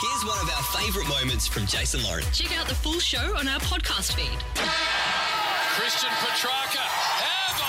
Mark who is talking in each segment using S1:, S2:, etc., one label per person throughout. S1: Here's one of our favourite moments from Jason Lauren.
S2: Check out the full show on our podcast feed.
S3: Christian Petrarca. Have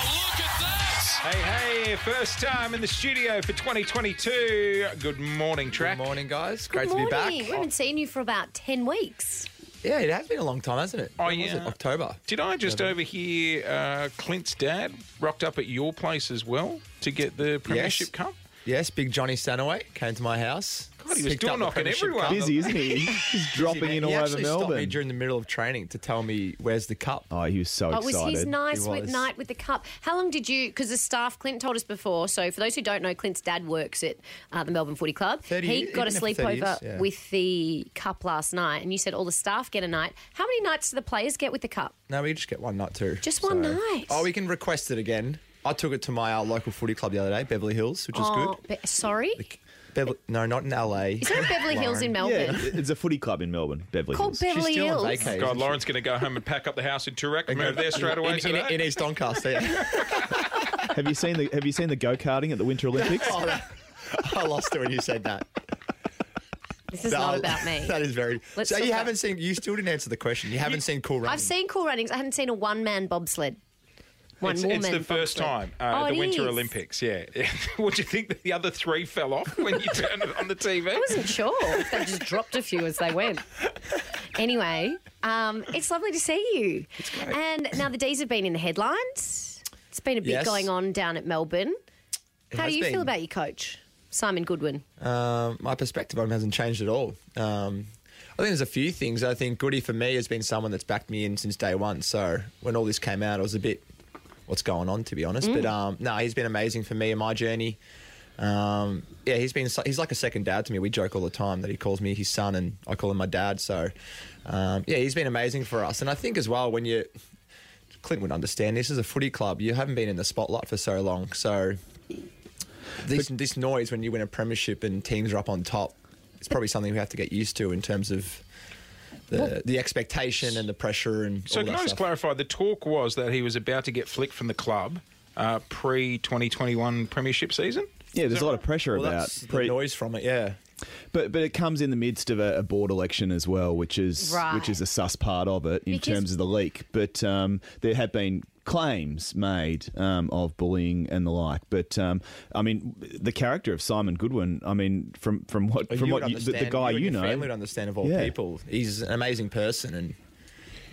S3: a look at that.
S4: Hey, hey, first time in the studio for 2022. Good morning, track.
S5: Good morning, guys.
S6: Good
S5: Great to
S6: morning.
S5: be
S6: We
S5: back.
S6: haven't seen you for about 10 weeks.
S5: Yeah, it has been a long time, hasn't it?
S4: Oh,
S5: When
S4: yeah.
S5: Was it? October.
S4: Did I just overhear uh, Clint's dad rocked up at your place as well to get the Premiership Cup?
S5: Yes, big Johnny Stanaway came to my house.
S4: God, he was
S5: picked up
S4: door
S5: the
S4: knocking
S5: Premiership
S4: everyone.
S5: Cup.
S7: busy, isn't he? He's dropping in all
S5: he
S7: over
S5: actually stopped me
S7: Melbourne.
S5: during the middle of training to tell me where's the cup.
S7: oh, he was so
S6: Oh, it
S7: excited.
S6: was his nice
S5: It
S6: with
S5: was.
S6: night with the cup. How long did you? Because the staff, Clint told us before. So for those who don't know, Clint's dad works at uh, the Melbourne Footy Club.
S5: 30
S6: he
S5: years-
S6: got a
S5: even if 30 years,
S6: sleepover
S5: yeah.
S6: with the cup last night, and you said all the staff get a night. How many nights do the players get with the cup?
S5: No, we just get one night too.
S6: Just one night?
S5: Oh, we can request it again. I took it to my uh, local footy club the other day, Beverly Hills, which is
S6: oh,
S5: good.
S6: Be- sorry,
S5: Beverly, no, not in LA.
S6: is there a Beverly Hills in Melbourne?
S7: Yeah, it's a footy club in Melbourne, Beverly
S6: Called
S7: Hills.
S6: Beverly
S5: still on
S6: Hills.
S5: vacay.
S4: God, Lauren's going to go home and pack up the house in Turek and move there straight away
S5: in, in,
S4: today.
S5: in East Doncaster. Yeah.
S7: have you seen the Have you seen the go karting at the Winter Olympics?
S5: Oh, that- I lost it when you said that.
S6: This is
S5: No,
S6: not about me.
S5: That is very.
S6: Let's
S5: so
S6: talk
S5: you
S6: about-
S5: haven't seen. You still didn't answer the question. You haven't seen Cool Running.
S6: I've seen Cool Runnings. I haven't seen a one-man bobsled. One
S4: it's,
S6: woman.
S4: it's the first
S6: bobsled.
S4: time, uh,
S6: Oh,
S4: the
S6: it
S4: Winter
S6: is.
S4: Olympics, yeah. Would you think that the other three fell off when you turned it on the TV?
S6: I wasn't sure. if they just dropped a few as they went. Anyway, um, it's lovely to see you. It's great. And now the D's have been in the headlines. It's been a bit
S5: Yes.
S6: going on down at Melbourne. How
S5: has
S6: do you
S5: been.
S6: feel about your coach, Simon Goodwin?
S5: Um, my perspective on him hasn't changed at all. Um, I think there's a few things. I think Goody for me has been someone that's backed me in since day one. So when all this came out, I was a bit, what's going on, to be honest. But um, no, he's been amazing for me in my journey. Um, yeah, he's been so- he's like a second dad to me. We joke all the time that he calls me his son and I call him my dad. So um, yeah, he's been amazing for us. And I think as well when you Clint would understand this is a footy club. You haven't been in the spotlight for so long, so this this noise when you win a premiership and teams are up on top, it's probably something we have to get used to in terms of the the expectation and the pressure and
S4: So
S5: all
S4: can
S5: that
S4: I just
S5: stuff.
S4: clarify? The talk was that he was about to get flicked from the club uh, pre 2021 Premiership season.
S7: Yeah, there's a lot of pressure
S5: Well,
S7: about
S5: that's the
S7: pre-
S5: noise from it, yeah.
S7: but but it comes in the midst of a, a board election as well, which is
S6: Right.
S7: which is a sus part of it in
S6: Because-
S7: terms of the leak. But um, there have been claims made um, of bullying and the like. But um, I mean, the character of Simon Goodwin. I mean, from from what from
S5: Oh, you
S7: what
S5: would
S7: you, the, the
S5: understand-
S7: guy
S5: you,
S7: you,
S5: and your
S7: know,
S5: family would understand of all
S7: Yeah.
S5: people. He's an amazing person, and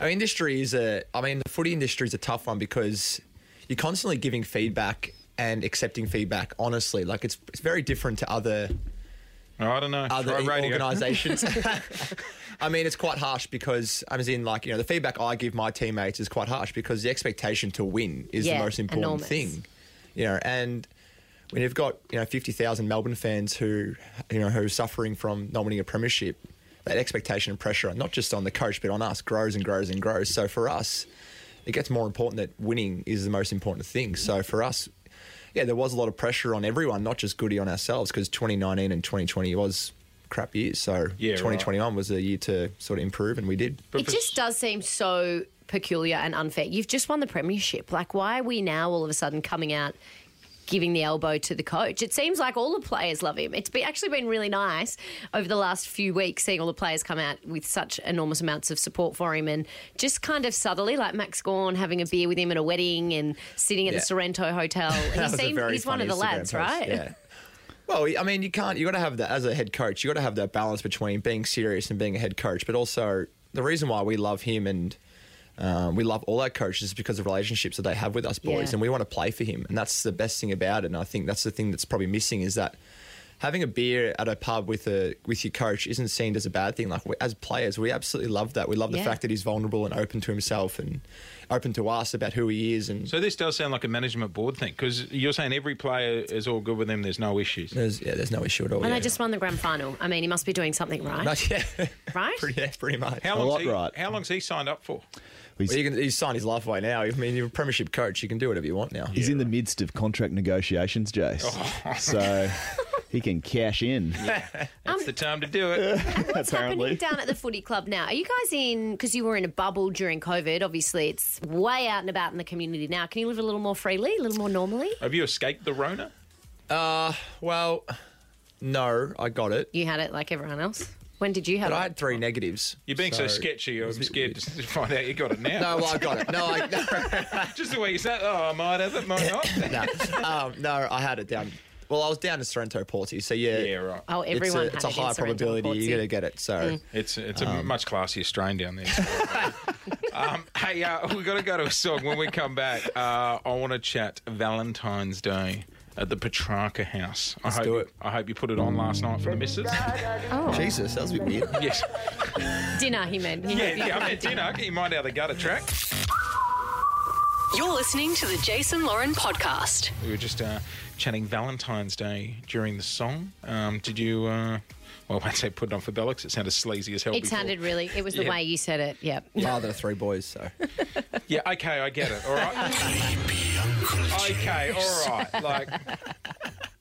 S5: our industry is a. I mean, the footy industry is a tough one because you're constantly giving feedback and accepting feedback. Honestly, like it's it's very different to other
S4: Oh, I don't know.
S5: other
S4: Try radio.
S5: organisations. I mean, it's quite harsh because I was in like you know the feedback I give my teammates is quite harsh because the expectation to win is
S6: Yeah,
S5: the most important
S6: enormous.
S5: thing, you know. And when you've got you know fifty thousand Melbourne fans who you know who are suffering from not winning a premiership, that expectation and pressure not just on the coach but on us grows and grows and grows. So for us, it gets more important that winning is the most important thing. So for us. Yeah, there was a lot of pressure on everyone, not just Goody on ourselves, because 2019 and 2020 was crap years. So
S4: Yeah, right.
S5: 2021 was a year to sort of improve, and we did.
S4: But
S6: it
S4: for-
S6: just does seem so peculiar and unfair. You've just won the premiership. Like, why are we now all of a sudden coming out giving the elbow to the coach? It seems like all the players love him. It's be, actually been really nice over the last few weeks seeing all the players come out with such enormous amounts of support for him and just kind of subtly, like Max Gorn having a beer with him at a wedding and sitting at
S5: Yeah.
S6: the Sorrento Hotel.
S5: That
S6: He
S5: was a
S6: seemed,
S5: very
S6: he's one of
S5: funny
S6: the
S5: Instagram post,
S6: lads, right?
S5: Yeah. Well, I mean, you can't. You got to have that as a head coach. You got to have that balance between being serious and being a head coach, but also the reason why we love him and um, we love all our coaches is because of relationships that they have with us boys,
S6: Yeah.
S5: and we want to play for him, and that's the best thing about it. And I think that's the thing that's probably missing is that having a beer at a pub with a with your coach isn't seen as a bad thing. Like we, as players, we absolutely love that. We love the
S6: Yeah.
S5: fact that he's vulnerable and open to himself and open to us about who he is and.
S4: so this does sound like a management board thing because you're saying every player is all good with them. There's no issues.
S5: there's, yeah, there's no issue at all.
S6: And
S5: yeah.
S6: they just won the grand final. I mean, he must be doing something right.
S5: No, yeah.
S6: Right?
S5: pretty, yeah, pretty much.
S4: How
S7: A
S4: long's
S7: lot
S4: he,
S7: right.
S4: How long's he signed up for?
S7: he's,
S5: Well, you can, he's signed his life away now. I mean, you're a premiership coach. You can do whatever you want now.
S7: he's in the midst of contract negotiations, Jace. So he can cash in.
S4: That's the time to do it.
S6: What's happening down at the footy club now? Are you guys in? Because you were in a bubble during COVID. Obviously, it's way out and about in the community now. Can you live a little more freely, a little more normally?
S4: Have you escaped the Rona?
S5: Well, no, I got it.
S6: You had it like everyone else. When did you have
S5: But I
S6: it?
S5: had three negatives.
S4: You're being so, sketchy. I'm scared to find out you got it now.
S5: No, well, I got it. No, I, no,
S4: Just the way you said, oh, I might have it, might not.
S5: no. Um, no, I had it down. Well, I was down to Sorrento Porty, so yeah.
S4: Yeah, right.
S6: Oh, everyone
S5: it's a, it's a
S6: had it in
S5: high
S6: Sorrento
S5: probability
S6: Portsea.
S5: you're going to get it. So,
S4: It's it's
S5: Um,
S4: a much classier strain down there. um, hey, uh, we've got to go to a song. When we come back, uh, I want to chat Valentine's Day at the Petrarca House. I hope
S5: do
S4: you-
S5: it.
S4: I hope you put it on last night for the missus.
S5: Jesus, that was a bit weird.
S4: yes.
S6: Oh. Dinner, he meant. He
S4: Yeah,
S6: had-
S4: yeah. I'm at dinner. Get your mind out of the gutter track.
S2: You're listening to the Jason Lauren podcast.
S4: We were just uh, chatting Valentine's Day during the song. Um, did you? Uh, well, I'd say put it on for Bellix. It sounded sleazy as hell.
S6: It
S4: before.
S6: sounded really, it was the
S4: Yeah.
S6: way you said it. Yep.
S5: Father of three boys, so.
S4: Yeah, okay, I get it. All right. okay, all right. Like,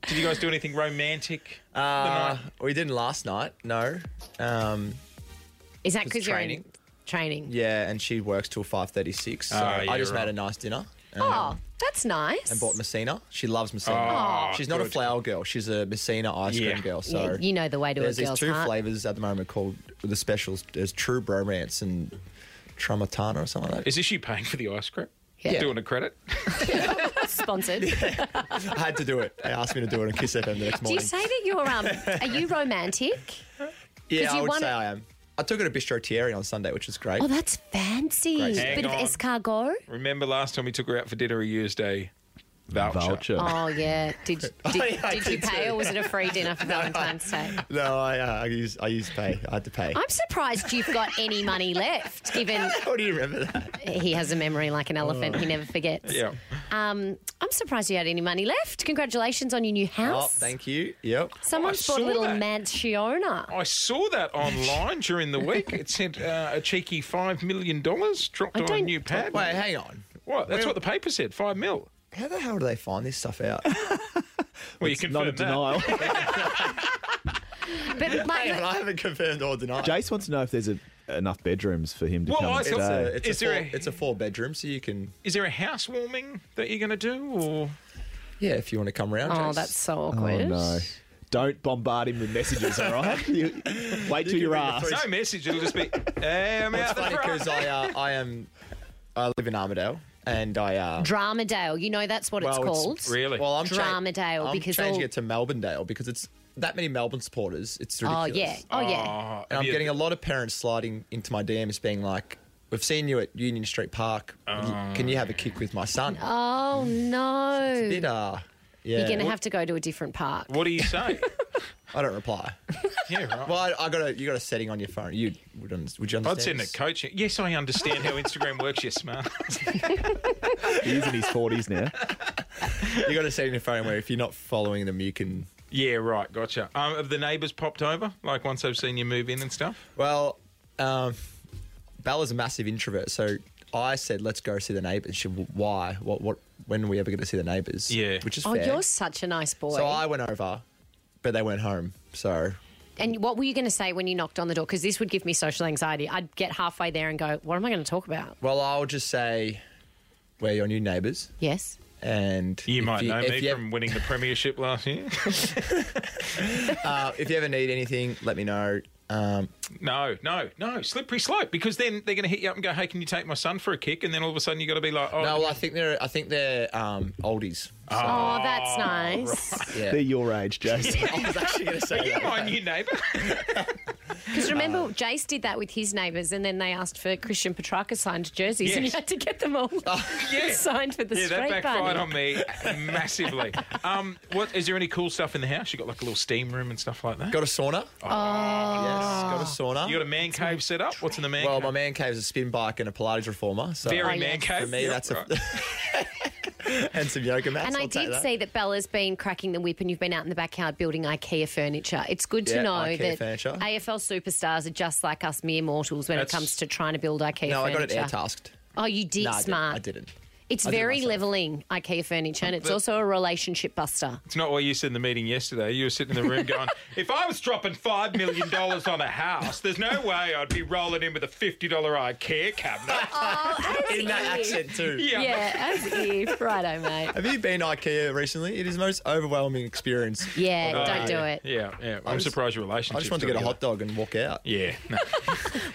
S4: did you guys do anything romantic?
S5: Uh,
S4: night?
S5: we didn't last night, no. Um,
S6: Is that
S5: Just
S6: because you're in
S5: training.
S6: training?
S5: yeah, and she works till 5.36, so
S4: Oh, yeah,
S5: I just
S4: right.
S5: made a nice dinner. Um,
S6: Oh, that's nice.
S5: And bought Messina. She loves Messina.
S4: Oh,
S5: she's not a
S4: good.
S5: flour girl. She's a Messina ice
S4: Yeah.
S5: cream girl. So
S6: Yeah, you know the way to
S5: There's
S6: a
S5: these
S6: girl's
S5: two
S6: heart.
S5: flavors at the moment called the specials. There's True Bromance and Tramatana or something like that.
S4: Is this you paying for the ice cream?
S6: Yeah.
S4: Doing a credit?
S6: Sponsored.
S5: I had to do it. They asked me to do it on Kiss FM the next
S6: Do you
S5: morning.
S6: say that you're um? Are you romantic?
S5: yeah,
S6: you
S5: I would
S6: want
S5: say
S6: it-
S5: I am. I took her to Bistro Thierry on Sunday, which was great.
S6: Oh, that's fancy.
S5: Great.
S6: Bit
S4: Hang
S6: of
S4: on.
S6: escargot.
S4: Remember last time we took her out for dinner, he used a voucher.
S6: Oh yeah. Did did,
S5: Oh, yeah, I
S6: did you
S5: did
S6: pay
S5: too.
S6: or was it a free dinner for Valentine's Day?
S5: no, I, uh, I used I used pay. I had to pay.
S6: I'm surprised you've got any money left, given
S5: How do you remember that?
S6: he has a memory like an elephant.
S5: Oh.
S6: He never forgets.
S4: Yeah.
S6: Um, I'm surprised you had any money left. Congratulations on your new
S5: Oh,
S6: house.
S5: thank you. Oh, Yep.
S6: Someone's
S4: I
S6: bought a
S4: saw
S6: little
S4: that.
S6: mansiona.
S4: I saw that online during the week. It sent uh, a cheeky $5 million dropped
S6: I
S4: on a
S6: don't-
S4: new pad.
S5: Wait, hang on.
S4: What? That's what the paper said, 5 mil.
S5: How the hell do they find this stuff out?
S4: Well, you
S7: It's not a
S4: confirmed that.
S7: denial.
S6: But
S5: hang on,
S6: my,
S5: I haven't confirmed or denied.
S7: Jace wants to know if there's a, enough bedrooms for him to
S4: Well,
S7: come
S4: I
S7: and
S4: thought-
S5: It's a,
S7: stay.
S5: it's,
S4: Is
S5: a
S4: there
S5: four,
S4: a-
S5: it's a four bedroom, so you can.
S4: Is there a housewarming that you're going to do? Or
S5: Yeah, if you want to come round.
S6: oh,
S5: Jace.
S6: that's so awkward.
S7: Oh no! Don't bombard him with messages, all right? You, wait till
S5: can bring
S7: you're
S5: the
S7: asked.
S5: three-
S4: no message? It'll just be, hey, I'm
S5: It's
S4: out the
S5: funny
S4: front."
S5: because I uh, I am I live in Armadale and I uh,
S6: Drama Dale. You know that's what it's
S5: Well, it's
S6: called.
S4: Really?
S5: well I'm cha-
S6: Dramadale,
S5: I'm
S6: because
S5: changing
S6: all-
S5: it to Melbourne-dale because it's that many Melbourne supporters. It's
S6: oh
S5: ridiculous.
S6: yeah. Oh yeah.
S4: Oh,
S5: And I'm
S4: yeah.
S5: getting a lot of parents sliding into my DMs being like, "We've seen you at Union Street Park. Can you have a kick with my son?"
S6: Oh no.
S5: Bit, uh, yeah.
S6: You're going to have to go to a different park.
S4: What do you say?
S5: I don't reply.
S4: yeah, right.
S5: well, I, I got a you got a setting on your phone. You would un- would you understand?
S4: I'd send a
S5: this?
S4: coaching. Yes, I understand how Instagram works. You're smart.
S7: He's in his forties now.
S5: You got a setting on your phone where if you're not following them, you can.
S4: yeah, right. Gotcha. Um, have the neighbours popped over? Like once they've seen you move in and stuff?
S5: Well, um, Bella's a massive introvert, so I said, "Let's go see the neighbours." She, why? What? What? When are we ever going to see the neighbours?
S4: Yeah.
S5: which is
S6: Oh,
S5: fair.
S6: you're such a nice boy.
S5: so I went over, but they went home. So
S6: and what were you going to say when you knocked on the door? Because this would give me social anxiety. I'd get halfway there and go, "What am I going to talk about?"
S5: Well, I'll just say we're your new neighbours,
S6: Yes.
S5: and
S4: You
S5: if
S4: might know
S5: if
S4: me
S5: you-
S4: from winning the premiership last year.
S5: uh, if you ever need anything, let me know. Um,
S4: no, no, no. Slippery slope. Because then they're going to hit you up and go, "Hey, can you take my son for a kick?" And then all of a sudden you got to be like, "Oh,
S5: no, well, I think they're I think they're um, oldies.
S4: Uh,
S6: Oh, that's nice.
S5: Yeah,
S7: They're your age, Jace.
S5: I was actually going to say
S4: you're
S5: that.
S4: my new neighbour."
S6: Because remember, Jace did that with his neighbours, and then they asked for Christian Petrarca signed jerseys, and he
S4: Yes.
S6: had to get them all
S5: Oh,
S4: yeah.
S6: signed for the
S4: yeah, that
S6: street
S4: backfired
S6: party.
S4: on me massively. Um, what is there any cool stuff in the house? You got like a little steam room and stuff like that.
S5: Got a sauna? Oh. Yes, got a sauna.
S4: you got a man cave set up. What's in the man?
S5: well,
S4: cave?
S5: my man cave is a spin bike and a Pilates reformer. So
S4: Very
S6: Oh,
S4: man
S6: yes.
S4: cave.
S5: for me,
S4: Yep,
S5: that's
S4: right.
S5: a and some yoga mats.
S6: And I
S5: I'll take
S6: did
S5: that.
S6: see that Bella's been cracking the whip, and you've been out in the backyard building IKEA furniture. It's good to
S5: Yeah,
S6: know
S5: IKEA
S6: that
S5: furniture.
S6: AFL superstars are just like us mere mortals when
S4: That's-
S6: it comes to trying to build IKEA
S5: No, I
S6: furniture.
S5: got it air tasked.
S6: Oh, you did
S5: No, I didn't.
S6: smart.
S5: I didn't.
S6: It's
S5: I do it
S6: very
S5: myself.
S6: leveling IKEA furniture, and it's also a relationship buster.
S4: It's not what you said in the meeting yesterday. You were sitting in the room going, if I was dropping $5 million on a house, there's no way I'd be rolling in with a $50 IKEA cabinet.
S5: In that accent too.
S4: Yeah.
S6: Yeah, as if. Righto, mate.
S5: Have you been to IKEA recently? It is the most overwhelming experience.
S6: Yeah,
S5: Oh,
S6: don't do
S4: yeah.
S6: it.
S4: Yeah, yeah. I'm
S5: just-
S4: surprised your relationship.
S5: I just want to get a hot dog and walk out.
S4: Yeah. no.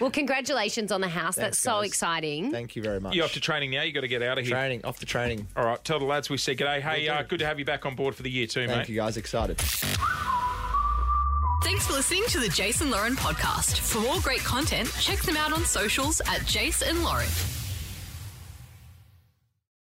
S6: Well, congratulations on the house.
S5: Thanks,
S6: That's so
S5: guys.
S6: exciting.
S5: Thank you very much.
S4: You're off to training now. you got to get out of here.
S5: training, off to training.
S4: All right. Tell the lads we said g'day. Hey, uh, good to have you back on board for the year too,
S5: Thank
S4: mate.
S5: you guys, excited.
S2: Thanks for listening to the Jason Lauren podcast. For more great content, check them out on socials at Jason Lauren.